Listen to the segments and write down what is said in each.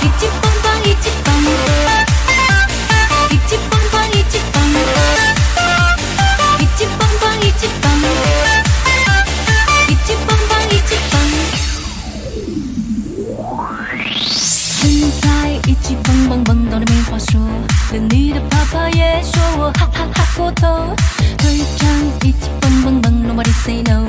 一级棒棒，一级棒，一级棒棒，一级棒，一级棒棒，一级棒，一级棒棒，一级棒。现在一起蹦蹦蹦到的没话说，连你的爸爸也说我哈哈哈过头。队长一起蹦蹦蹦，Nobody say no。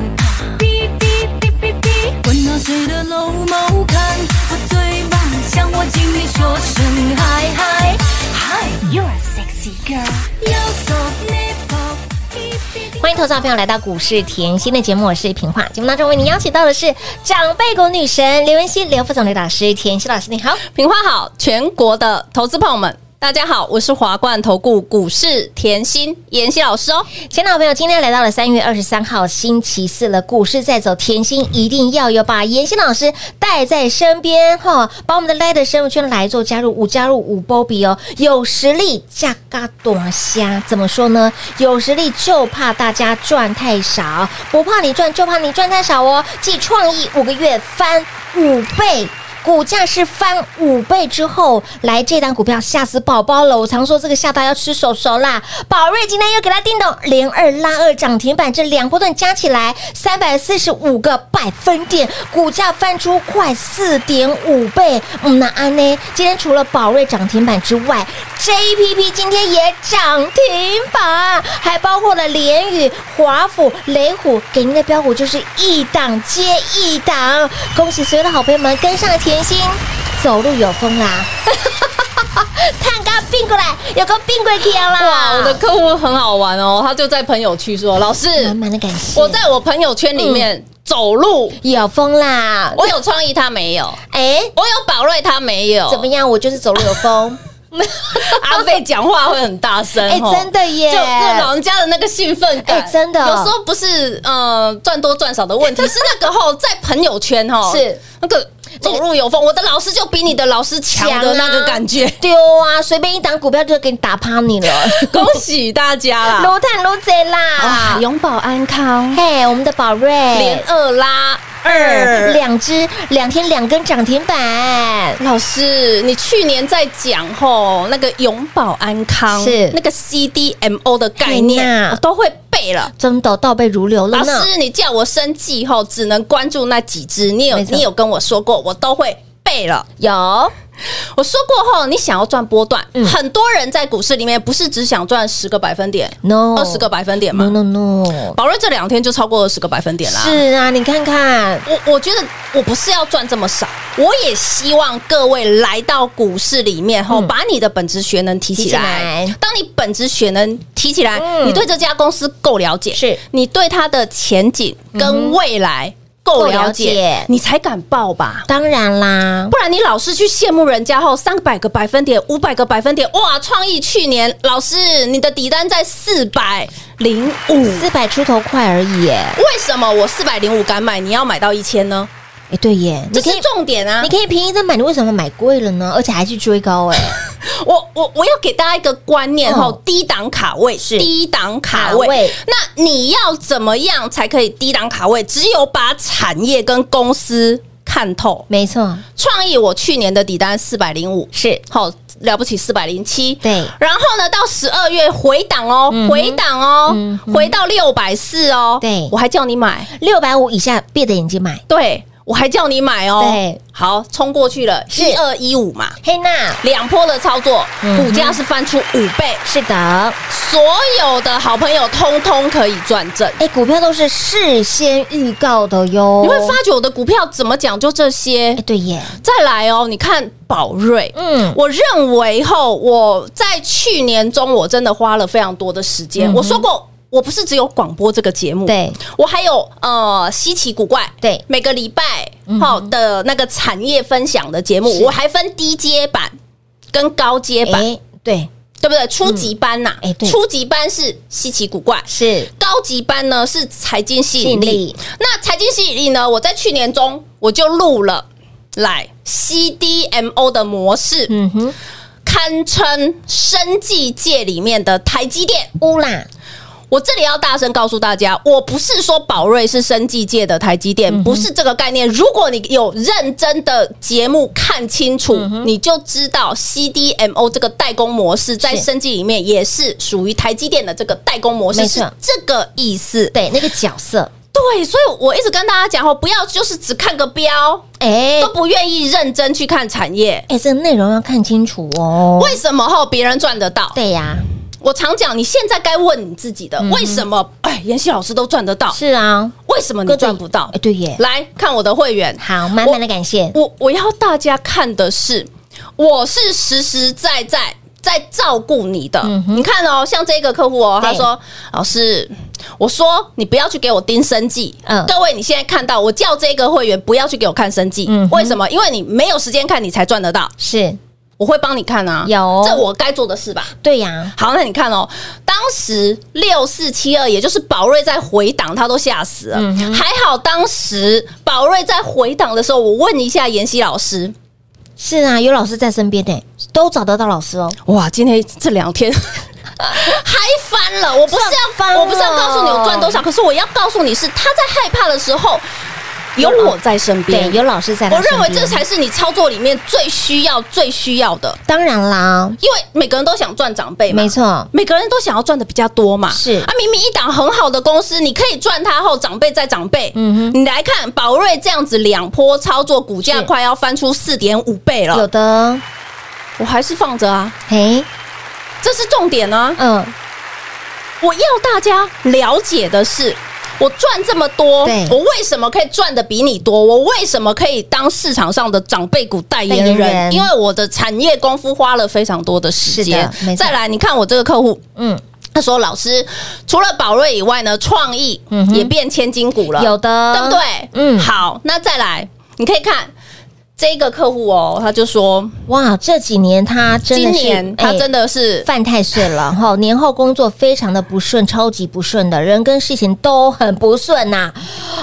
哔哔哔哔哔，管他谁的老毛看，我最棒，向我经理说声嗨嗨嗨，You're a sexy girl。右手 nipple，哔哔哔。欢迎投资者朋友来到股市甜心的节目，我是平化。节目当中为您邀请到的是长辈股女神刘文熙、刘副总、刘老师、甜心老师，你好。平花好，全国的投资朋友们，大家好，我是华冠投顾股市甜心妍希老师哦。亲爱的朋友，今天来到了三月二十三号星期四了，股市在走，甜心一定要有把妍希老师带在身边哈、把我们的 l i g h 生物圈来做加入，五加入五波比哦，有实力价嘎短虾，怎么说呢？有实力就怕大家赚太少，不怕你赚，就怕你赚太少哦。继创意五个月翻五倍。股价是翻五倍之后，来这档股票吓死宝宝了。我常说这个下巴要吃手手啦。宝瑞今天又给它定到连二拉二涨停板，这两波段加起来三百四十五个百分点，股价翻出快四点五倍。嗯，那安呢？今天除了宝瑞涨停板之外，JPP 今天也涨停板，还包括了联宇、华府、雷虎，给您的标股就是一档接一档。恭喜所有的好朋友们跟上了甜心，走路有风啦！ 探高并过来，有个并过去啊啦！哇，我的客户很好玩哦，他就在朋友区说，老师，满满的感谢，我在我朋友圈里面走路，有风啦！我有创意，他没有；哎，我有宝瑞，他没有。怎么样？我就是走路有风，阿飞讲话会很大 声？哎，吼真。的耶！就那老人家的那个兴奋感，哎真的有时候不是呃赚多赚少的 问题，是那个吼在朋友圈吼，是那个走路有风，我的老师就比你的老师强的那个感觉。丢啊，随便一档股票就给你打趴你了，恭喜大家啦！撸碳撸贼啦！永保安康嘿，我们的宝瑞啊连二拉二二。两只，两天两根涨停板，老师，你去年在讲吼那个永保安康是那个 CDMO 的概嘿念呀，我都会背了。真的倒背如流了老呢。师，你叫我生计后只能关注那几只，你有没错你有跟我说过，我都会背了。有我说过后，你想要赚波段，嗯很多人在股市里面不是只想赚十个百分点、 no 二十个百分点 no 吗？ no no，宝瑞这两天就超过二十个百分点啦。是啊，你看看，我我觉得我不是要赚这么少，我也希望各位来到股市里面后，嗯把你的本职学能提提起来。起来当你本职学能提起来，嗯你对这家公司够了解，是嗯你对它的前景跟未来够了解，够了解你才敢报吧。当然啦，不然你老是去羡慕人家后三百个百分点、五百个百分点，哇！创意去年老师你的底单在四百零五，四百出头块而已耶，为什么我四百零五敢买，你要买到一千呢？哎对耶，这你可是以。重点啊！你可以便宜再买，你为什么买贵了呢？而且还去追高 哎、我我我要给大家一个观念哈、嗯低档卡位是低档卡卡位位。那你要怎么样才可以低档卡位？只有把产业跟公司看透。没错，创意我去年的底单四百零五，是好了不起四百零七，对然后呢，到十二月回档哦，嗯哼回档哦，嗯哼回到六百四哦，对我还叫你买，六百五以下闭着眼睛买。对我还叫你买哦，对，好冲过去了，是一二一五嘛，嘿娜，两波的操作，嗯哼股价是翻出五倍，是的，哎、所有的好朋友通通可以转正。哎股票都是事先预告的哟。你会发觉我的股票怎么讲就这些哎，。对耶，再来哦，你看宝瑞，嗯，我认为后我在去年中我真的花了非常多的时间。嗯哼我说过，我不是只有广播这个节目，对，我还有呃稀奇古怪，对每个礼拜嗯好的那个产业分享的节目，是我还分低阶版跟高阶版。哎，对，对不对？初级班呐、哎对初级班是稀奇古怪，是高级班呢是财经吸吸引引力。力，那财经吸引力呢，我在去年中我就录了来 CDMO 的模式，嗯哼，堪称生技界里面的台积电。乌啦，我这里要大声告诉大家，我不是说宝瑞是生技界的台积嗯电，不是这个概念。如果你有认真的节目看清楚，嗯你就知道 CDMO 这个代工模式在是生技里面也是属于台积电的这个代工模式，没是错这个意思。对，那个角色，对，所以我一直跟大家讲哦，不要就是只看个标，哎都不愿意认真去看产业。哎，这个内容要看清楚哦。为什么吼别人赚得到？对呀，我常讲，你现在该问你自己的，为什么？哎，妍希老师都赚得到，是啊，为什么你赚不到哎，？对耶，来看我的会员，好，满满的感谢，我我要大家看的是，我是实实在在在照顾你的。你看哦，像这个客户哦，嗯对他说：“老师，我说你不要去给我盯生计。”嗯各位，你现在看到我叫这个会员不要去给我看生计，嗯哼为什么？因为你没有时间看，你才赚得到。是我会帮你看啊，有这我该做的事吧。对呀，好，那你看哦，当时六四七二，也就是宝瑞在回档，他都吓死了。嗯哼还好当时宝瑞在回档的时候，我问一下妍希老师，是啊，有老师在身边的，都找得到老师哦。哇，今天这两天 嗨翻了！我不是赚翻了要，我不是要告诉你我赚多少，可是我要告诉你是他在害怕的时候，有我在身对，边。有老师在他我身边。认为这才是你操作里面最需要、最需要的，当然啦，因为每个人都想赚长辈嘛没。错，每个人都想要赚的比较多嘛，是啊，明明一档很好的公司，你可以赚它后长辈再长辈，嗯哼你来看宝瑞这样子两波操作，股价是快要翻出四点五倍有了，的，我还是放着啊，嘿，这是重点啊，嗯，我要大家了解的是，我赚这么多，对我为什么可以赚的比你多？我为什么可以当市场上的长辈股代言代言人？人因为我的产业功夫花了非常多的时间是的没。错再来，你看我这个客户。嗯，他说：“老师，除了宝瑞以外呢，创意嗯哼也变千金股了，有的，对不对？嗯好，那再来，你可以看这个客户哦，他就说，哇，这几年他真今的是，年他哎真的是犯太岁了哈，年后工作非常的不顺，超级不顺的，人跟事情都很不顺呐、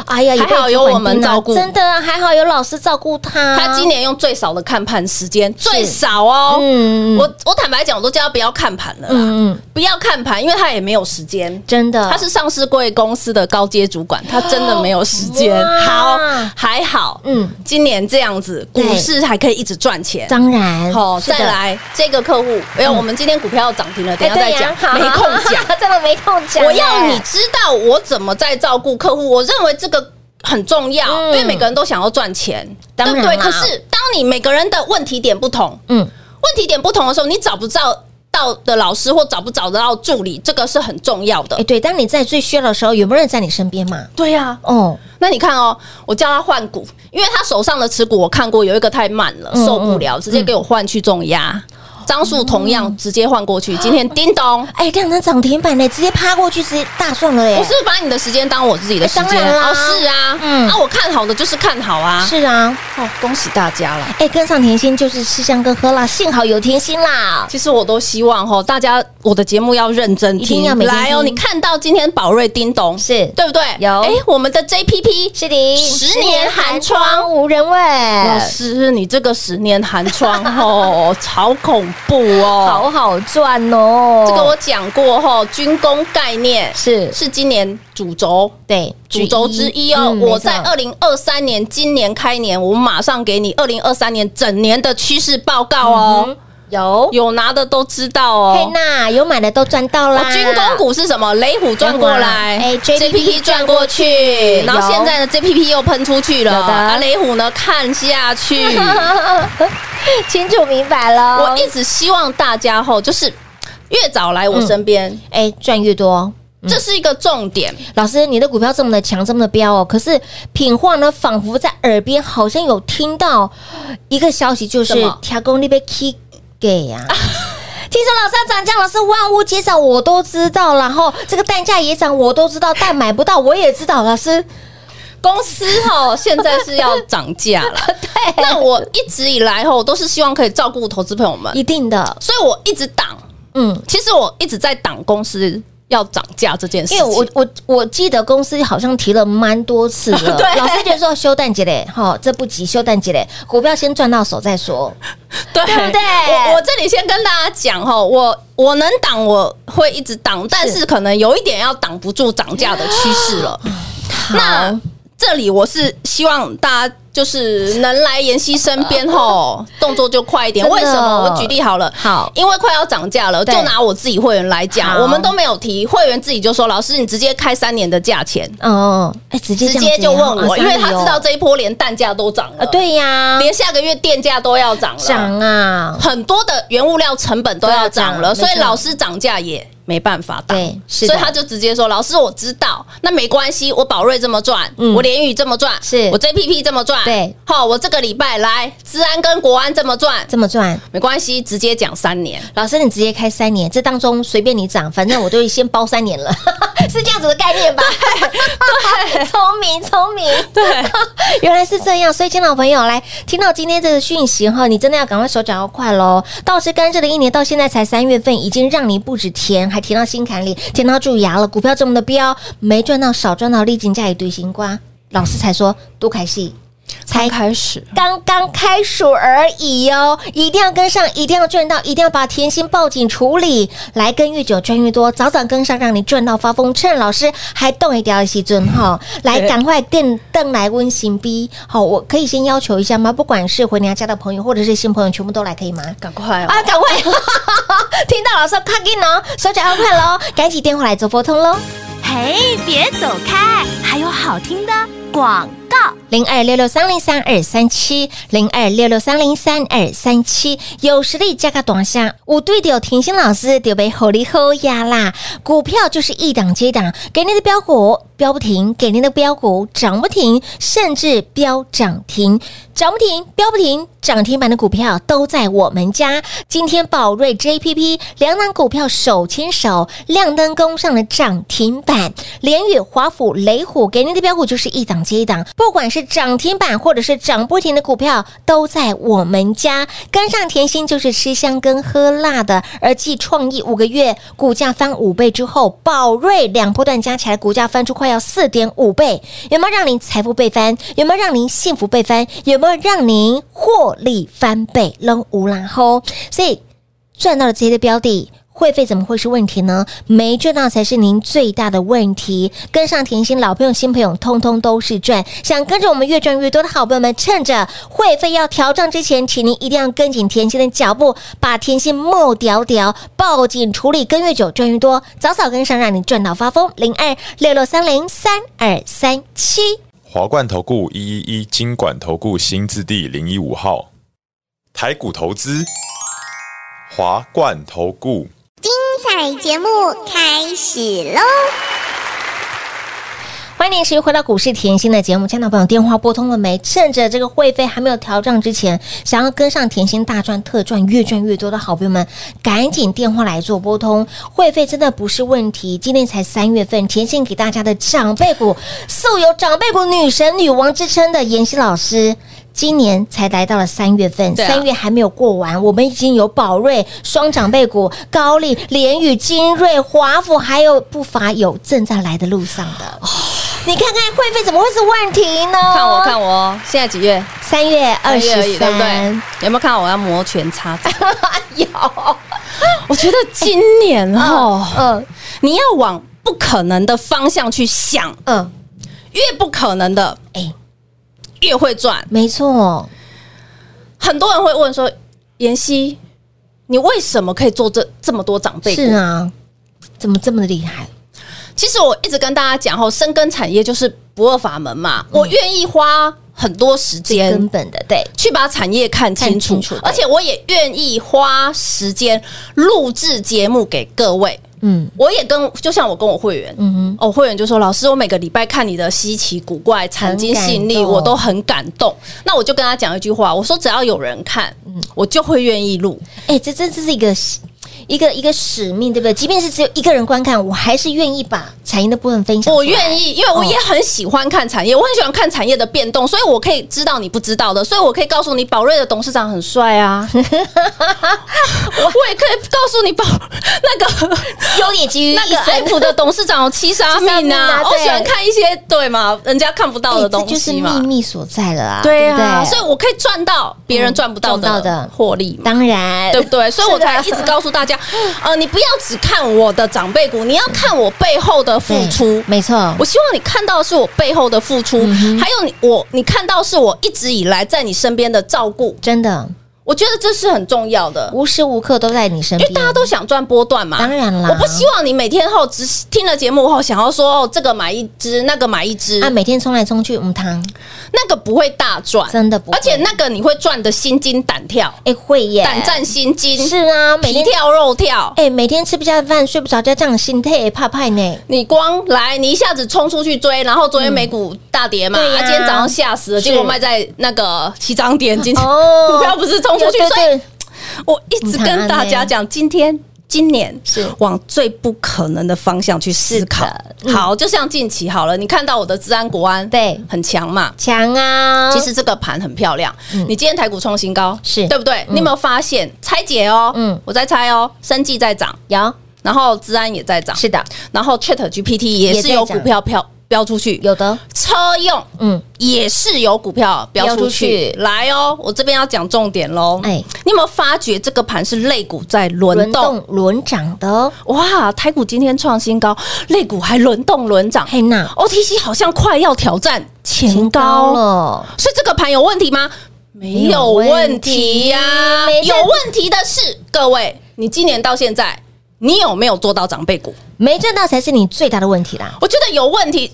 哎呀，也被还好有主管我们盯啊照顾真的啊还好有老师照顾他。他今年用最少的看盘时间，最少哦。嗯我我坦白讲，我都叫他不要看盘了啦，嗯啊嗯，不要看盘，因为他也没有时间。真的，他是上市贵公司的高阶主管，他真的没有时间。哇好，还好，嗯，今年这样子，对股市还可以一直赚钱。当然好，是的嗯再来这个客户，哎呦，我们今天股票要涨停了，等哎一下再对呀讲，好没空讲。 真的没空讲。我要你知道我怎么在照顾客户，我认为这个很重要，嗯因为每个人都想要赚钱，当然对不对？啦可是当你每个人的问题点不同，嗯，问题点不同的时候，你找不到到的老师或找不找得到助理，这个是很重要的哎，。对，当你在最需要的时候，有没有人在你身边嘛？对呀、哦，那你看哦，我叫他换股，因为他手上的持股我看过有一个太慢了，嗯受不了，直接给我换去重压。张数同样直接换过去，嗯今天叮咚， 哎，亮灯涨停板呢，直接趴过去，直接大赚了耶！我是把你的时间当我自己的时哎当间然啦哦，是啊，嗯嗯，啊，我看好的就是看好啊，是啊，哦，恭喜大家啦。哎，跟上甜心就是吃香跟喝辣，幸好有甜心啦。其实我都希望哈，大家我的节目要认真一定听，要每天来哦！听你看到今天宝瑞叮咚是对不对？有哎，我们的 JPP 是的，十年寒窗无人老问，师，你这个十年寒窗 哦，好恐怖哦！好好赚哦。这个我讲过哈，军工概念是是今年主轴。对主轴之一哦，嗯我没错在二零二三年今年开年，我马上给你二零二三年整年的趋势报告哦，嗯有有拿的都知道佩哦。娜有买的都赚到我啦。军工股是什么？雷虎转过来，哎，JPP 转过去，然后现在呢，JPP 又喷出去了，有的啊，雷虎呢看 下去。 清楚明白了。我一直希望大家吼，就是越早来我身边，哎赚越多。这是一个重点。老师，你的股票这么的强，这么的飙哦，可是品化呢，仿佛在耳边好像有听到一个消息，就什是么调工那边 K 给呀。 听说老师要涨价，老师万物皆涨，我都知道。然后这个蛋价也涨，我都知道，但买不到，我也知道。老师，公司哈，现在是要涨价 了。对，那我一直以来吼都是希望可以照顾投资朋友们，一定的，所以我一直挡。 嗯，其实我一直在挡公司要涨价这件事因情，为我我我记得公司好像提了蛮多次了，对老师就说休蛋节嘞，哈，这不急，休蛋节嘞，股票先赚到手再说。 对对不对我我这里先跟大家讲哈，我我能挡，我会一直挡，但是可能有一点要挡不住涨价的趋势了。啊那这里我是希望大家。就是能来妍希身边吼，动作就快一点。真的为什么？我举例好了，好因为快要涨价了，对就拿我自己会员来讲，好我们都没有提，会员自己就说：“老师，你直接开三年的价钱，嗯，哎，直接直这样接子就也好问我，啊因为三他里哦知道这一波连蛋价都涨了，啊，，对呀，连下个月电价都要涨了，涨啊，很多的原物料成本都要涨对啊涨了，没错所以老师涨价也没办法打。对，是所的以，他就直接说：“老师，我知道，那没关系，我宝瑞这么赚，嗯我联宇这么赚，是我 JPP 这么赚，对，好，我这个礼拜来治安跟国安这么赚，这么赚。没关系，直接讲三年。老师，你直接开三年，这当中随便你涨，反正我都先包三年了， 是这样子的概念吧？ 对，聪明聪明，对， 原来是这样。所以，亲老朋友来听到今天这个讯息哈，你真的要赶快手脚要快喽。倒吃甘蔗的一年到现在才三月份，已经让你不止甜，还甜到心坎里，甜到蛀牙了。股票这么的飙，没赚到少赚到，历尽价也堆新瓜。老师才说多开戏，才开始，刚刚开始而已哦，一定要跟上，一定要赚到，一定要把甜心抱紧处理，来跟越久赚越多，早早跟上，让你赚到发疯。趁老师还动一条时阵哈，来赶快跟邓来温行逼。好，我可以先要求一下吗？不管是回娘家的朋友，或者是新朋友，全部都来可以吗？赶快哦！啊，赶快！ 听到老师快进哦，手脚要快喽，赶紧电话来做拨通喽。嘿，别走开，还有好听的广告。零二六六三零三二三七，零二六六三零三二三七，有实力加个短项，五对的有甜心老师就被吼利吼呀啦！股票就是一档接一档，给您的标股标不停，给您的标股涨不停，甚至标涨停，涨不停，标不停，涨停板的股票都在我们家。今天宝瑞 JPP 两档股票手牵手亮灯攻上了涨停板，联宇、华府、雷虎给您的标股就是一档接一档，不管是涨停板或者是涨不停的股票，都在我们家。跟上甜心就是吃香跟喝辣的，而继创意五个月股价翻五倍之后，宝瑞两波段加起来股价翻出快要四点五倍，有没有让您财富倍翻？有没有让您幸福倍翻？有没有让您获利翻倍？扔无然后，所以赚到了这些的标的。会费怎么会是问题呢？没赚到才是您最大的问题。跟上甜心，老朋友、新朋友，通通都是赚。想跟着我们越赚越多的好朋友们，趁着会费要调涨之前，请您一定要跟紧甜心的脚步，把甜心木屌屌抱紧处理，跟越久赚越多，早早跟上，让你赚到发疯。零二六六三零三二三七。华冠投顾一一一金管投顾新字第零一五号，台股投资，华冠投顾。彩节目开始喽！欢迎您回到股市甜心的节目，亲爱的朋友，电话拨通了没？趁着这个会费还没有调涨之前，想要跟上甜心大赚特赚、越赚越多的好朋友们，赶紧电话来做拨通。会费真的不是问题，今天才三月份，甜心给大家的长辈股，素有长辈股女神、女王之称的妍希老师。今年才来到了三月份，对啊三、月还没有过完，我们已经有宝瑞双长辈股、高丽、联宇、精锐、华府，还有不乏有正在来的路上的。你看看会费怎么会是问题呢？看我，看我哦，现在几月？三月二月而十已对不对三，？有没有看到我要摩 拳擦掌？有，我觉得今年 哦，嗯你要往不可能的方向去想，嗯，越不可能的哎，越会赚。没错，很多人会问说：“妍希，你为什么可以做这这么多长辈股？”是啊，怎么这么厉害？其实我一直跟大家讲，吼，深耕产业就是不二法门嘛。我愿意花很多时嗯根间本的，对，去把产业看看清楚，清楚对而且我也愿意花时间录制节目给各位。嗯我也跟就像我跟我会员，嗯哼，哦，会员就说：“老师，我每个礼拜看你的稀奇古怪、产经吸引很力，感动我都很感动。”那我就跟他讲一句话，我说：“只要有人看，嗯我就会愿意录。哎，这真这是一个一个一个使命，对不对？即便是只有一个人观看，我还是愿意把产业的部分分享出来？我愿意，因为我也很喜欢看产业，我很喜欢看产业的变动，所以我可以知道你不知道的，所以我可以告诉你，宝瑞的董事长很帅啊， 我我也可以告诉你宝那个优点基于那个爱普的董事长有七杀七杀命命啊啊，我对喜欢看一些对嘛，人家看不到的哎这东就是西秘嘛，密所在了啊，对啊，不所以我可以赚到别人赚不嗯到赚不到的的获利嘛。 当然对不对？所以我才一是的直告诉大家，呃，你不要只看我的长辈股，你要看我背后的付对出。没错，我希望你看到的是我背后的付出，嗯还有你我你看到是我一直以来在你身边的照顾，真的我觉得这是很重要的，无时无刻都在你身因边，为大家都想赚波段嘛。啊当然啦，我不希望你每天后只听了节目后想要说哦这个买一只那个买一只，啊每天冲来冲去，嗯，汤那个不会大赚，真的不会，啊而且那个你会赚的心惊胆跳，哎会耶，胆战心惊，是啊，每皮天跳肉跳。哎每天吃不下饭，睡不着觉，这样心态也怕怕 呢，你光来，你一下子冲出去追，然后昨天美股大跌嘛，对呀啊今天早上吓死了，是结果卖在那个起涨点，今天哦股票不是冲出对嗯去，所以对对我一直跟大家讲，今天。今年是往最不可能的方向去思考是的。嗯好，就像近期好了，你看到我的治安国安对很强嘛？强啊，其实这个盘很漂亮，你今天台股冲新高，嗯是对不对？你有没有发现拆解哦？嗯嗯，我在猜哦，生技在涨，有然后治安也在涨，是的，然后 Chat GPT 也是有股票标标出去，有的，车用嗯，也是有股票标出去标出去。来哦，我这边要讲重点喽。哎你有没有发觉这个盘是类股在轮轮动动？轮涨的哦，哇，台股今天创新高，类股还轮动轮涨嘿娜，OTC 好像快要挑战前挺高高了，了，所以这个盘有问题吗？没有问题呀、没有问题的是各位，你今年到现在，你有没有做到长辈股？没赚到才是你最大的问题啦，我觉得有问题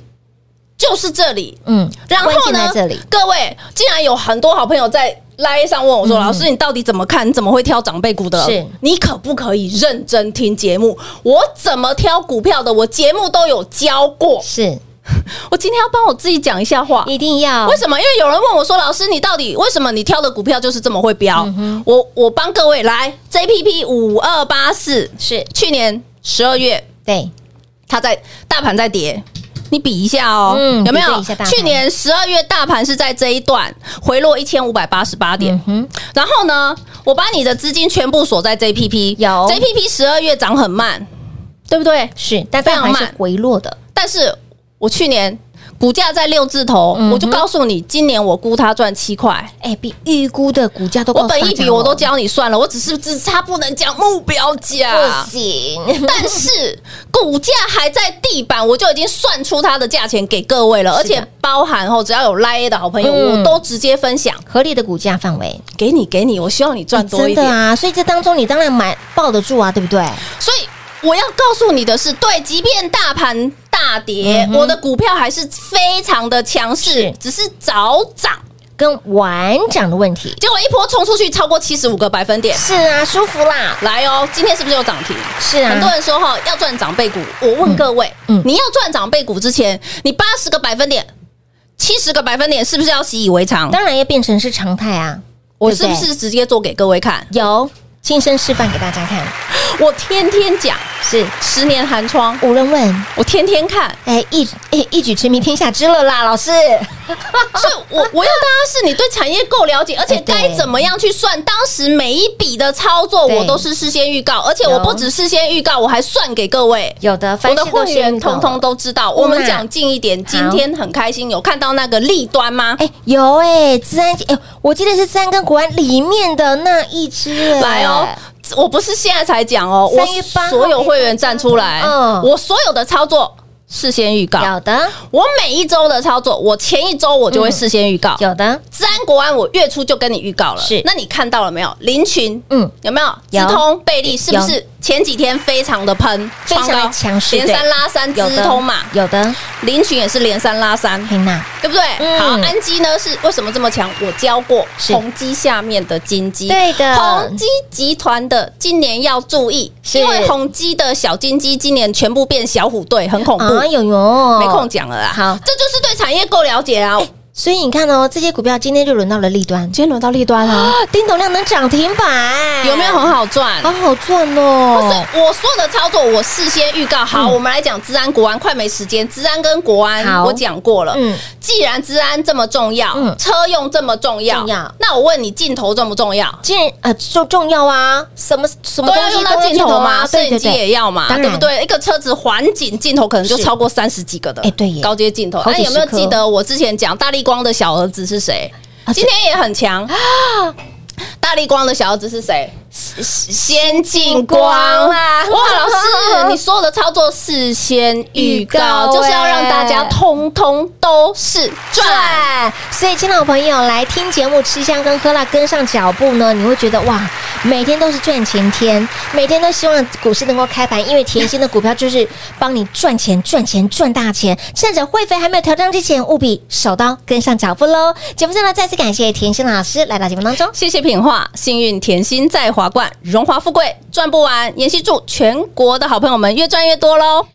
就是这里。嗯，然关后键呢在这里，各位竟然有很多好朋友在。拉上问我说：“嗯老师，你到底怎么看？你怎么会挑长辈股的？是你可不可以认真听节目？我怎么挑股票的？我节目都有教过。是我今天要帮我自己讲一下话。一定要啊为什么？因为有人问我说：“老师，你到底为什么你挑的股票就是这么会飙？”我我帮各位来 JPP 五二八四是去年十二月对，它在大盘在跌。你比一下哦，嗯有没比对有一下大？盘去年十二月大盘是在这一段回落一千五百八十八点、嗯然后呢，我把你的资金全部锁在 JPP，有 JPP 十二月涨很慢，对不对？是，但非大常盘是慢回落的，但是我去年股价在六字头，嗯哼我就告诉你，今年我估它赚七块，哎，比预估的股价都我高本上一涨笔我哦都教你算了，我只是只差不能讲目标价不，行，但是股价还在地板，我就已经算出它的价钱给各位了，而是的且包含后只要有拉 A 的好朋友，嗯我都直接分享合理的股价范围，给你，给你，我希望你赚多真一的点。啊，所以这当中你当然买抱得住啊，对不对？所以我要告诉你的是，对，即便大盘大跌，我的股票还是非常的强势嗯是，只是早涨，跟完涨的问题结果一波冲出去超过七十五个百分点。是啊，舒服啦，来哦，今天是不是有涨停？是啊，很多人说哈要赚长辈股，我问各位，嗯嗯你要赚长辈股之前，你八十个百分点、七十个百分点，是不是要习以为常？当然要变成是常态啊。我对是不对是直接做给各位看？有亲身示范给大家看？我天天讲是十年寒窗，无人问，我天天看，哎，一哎一举成名天下知了啦，老师。 所以我我要大家是你对产业够了解，而且哎对该怎么样去算，当时每一笔的操作对我都是事先预告，而且我有不止事先预告，我还算给各位。有的，凡我事的都会是员预告通通的。都知道，哇我们讲近一点。今天很开心，有看到那个利端吗？哎，有哎，自然哎，我记得是自然跟国安里面的那一只哎来哦，我不是现在才讲哦，我3月8号所有会员站出来，嗯我所有的操作事先预告，有的，我每一周的操作，我前一周我就会事先预告。嗯有的，治安国安，我月初就跟你预告了，是那你看到了没有？林群，嗯，有没有？有资通、贝利是不有是前几天非常的喷，非常的创高强势连对三拉三，有资的通嘛，有的，林群也是连三拉三，黑娜对不对？嗯好，氨基呢是为什么这么强？我教过是宏基下面的金基，对的宏基集团的今年要注意，是因为宏基的小金鸡今年全部变小虎队，很恐怖，啊，有有，哦没空讲了啦。好这就是对产业够了解啊。所以你看哦，这些股票今天就轮到了立端，今天轮到立端啊，丁董量能涨停板，有没有很好赚？好好赚不是哦？我所有的操作，我事先预告好，嗯我们来讲治安、国安，快没时间。治安跟国安好我讲过了，嗯既然治安这么重要，嗯车用这么重要，重要那我问你，镜头重不重要？既然呃重重要啊，什么什么都东要西用到都镜头嘛，摄啊对影对机也对，要嘛，当然对不对？一个车子环景镜头可能就是超过三十几个的，哎对耶高阶镜头。好那几十有没有颗记得我之前讲大力光的小儿子是谁？啊今天也很强大力光的小儿子是谁？先进光光啊哇，老师，你所有的操作事先预告，预告就是要让大家哎通通都是赚。赚！所以，亲老朋友来听节目，吃香跟喝辣，跟上脚步呢，你会觉得哇，每天都是赚钱天，每天都希望股市能够开盘，因为甜心的股票就是帮你赚钱、赚钱、赚大钱。趁着会费还没有调涨之前，务必手刀跟上脚步喽！节目最后呢，再次感谢甜心老师来到节目当中。谢谢品画，幸运甜心在华冠，荣华富贵赚不完。妍希祝全国的好朋友们越赚越多喽！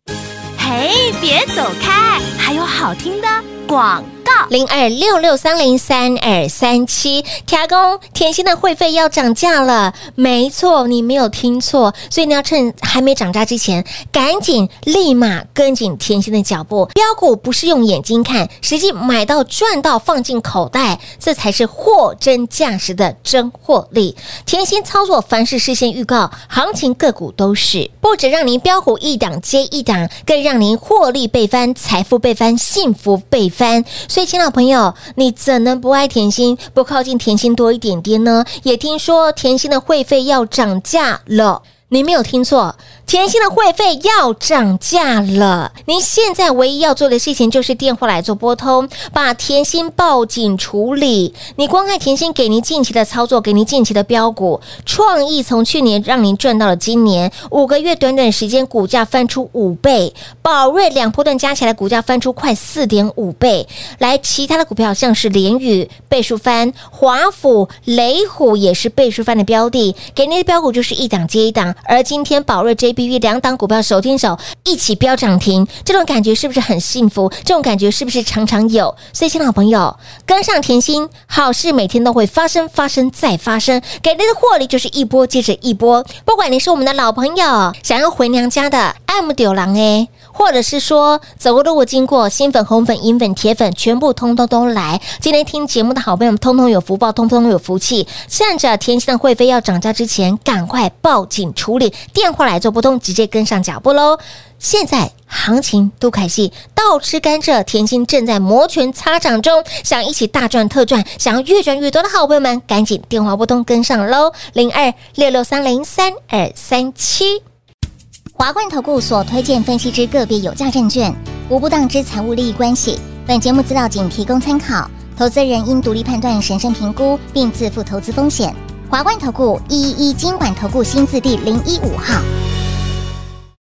嘿，别走开，还有好听的广告。零二六六三零三二三七，调工甜心的会费要涨价了，没错，你没有听错，所以你要趁还没涨价之前，赶紧立马跟紧甜心的脚步。标股不是用眼睛看，实际买到赚到放进口袋，这才是货真价实的真获利。甜心操作凡事事先预告，行情个股都是，不止让您标股一档接一档，更让您获利倍翻、财富倍翻、幸福倍翻。所以，亲老朋友，你怎能不爱甜心，不靠近甜心多一点点呢？也听说甜心的会费要涨价了。你没有听错，甜心的会费要涨价了。您现在唯一要做的事情就是电话来做拨通，把甜心报警处理。你光看甜心给您近期的操作，给您近期的标股创意，从去年让您赚到了今年五个月，短短时间股价翻出五倍，宝瑞两波段加起来股价翻出快四点五倍。来，其他的股票像是联宇倍数翻，华府、雷虎也是倍数翻的标的，给您的标股就是一档接一档。而今天宝瑞 JBV 两档股票手牵手一起飙涨停，这种感觉是不是很幸福？这种感觉是不是常常有？所以，亲老朋友，跟上甜心，好事每天都会发生，发生再发生，给您的获利就是一波接着一波。不管你是我们的老朋友，想要回娘家的，爱慕丢狼哎。或者是说走过路过经过，新粉、红粉、银粉、铁粉，全部通通都来。今天听节目的好朋友们，通通有福报，通通有福气。趁着甜心的会飞要涨价之前，赶快报警处理，电话来做拨通，直接跟上脚步喽。现在行情都开戏，倒吃甘蔗，甜心正在摩拳擦掌中，想一起大赚特赚，想要越赚越多的好朋友们，赶紧电话拨通跟上喽，零二六六三零三二三七。华冠投顾所推荐分析之个别有价证券，无不当之财务利益关系。本节目资料仅提供参考，投资人应独立判断、审慎评估，并自负投资风险。华冠投顾一一一金管投顾新字第零一五号。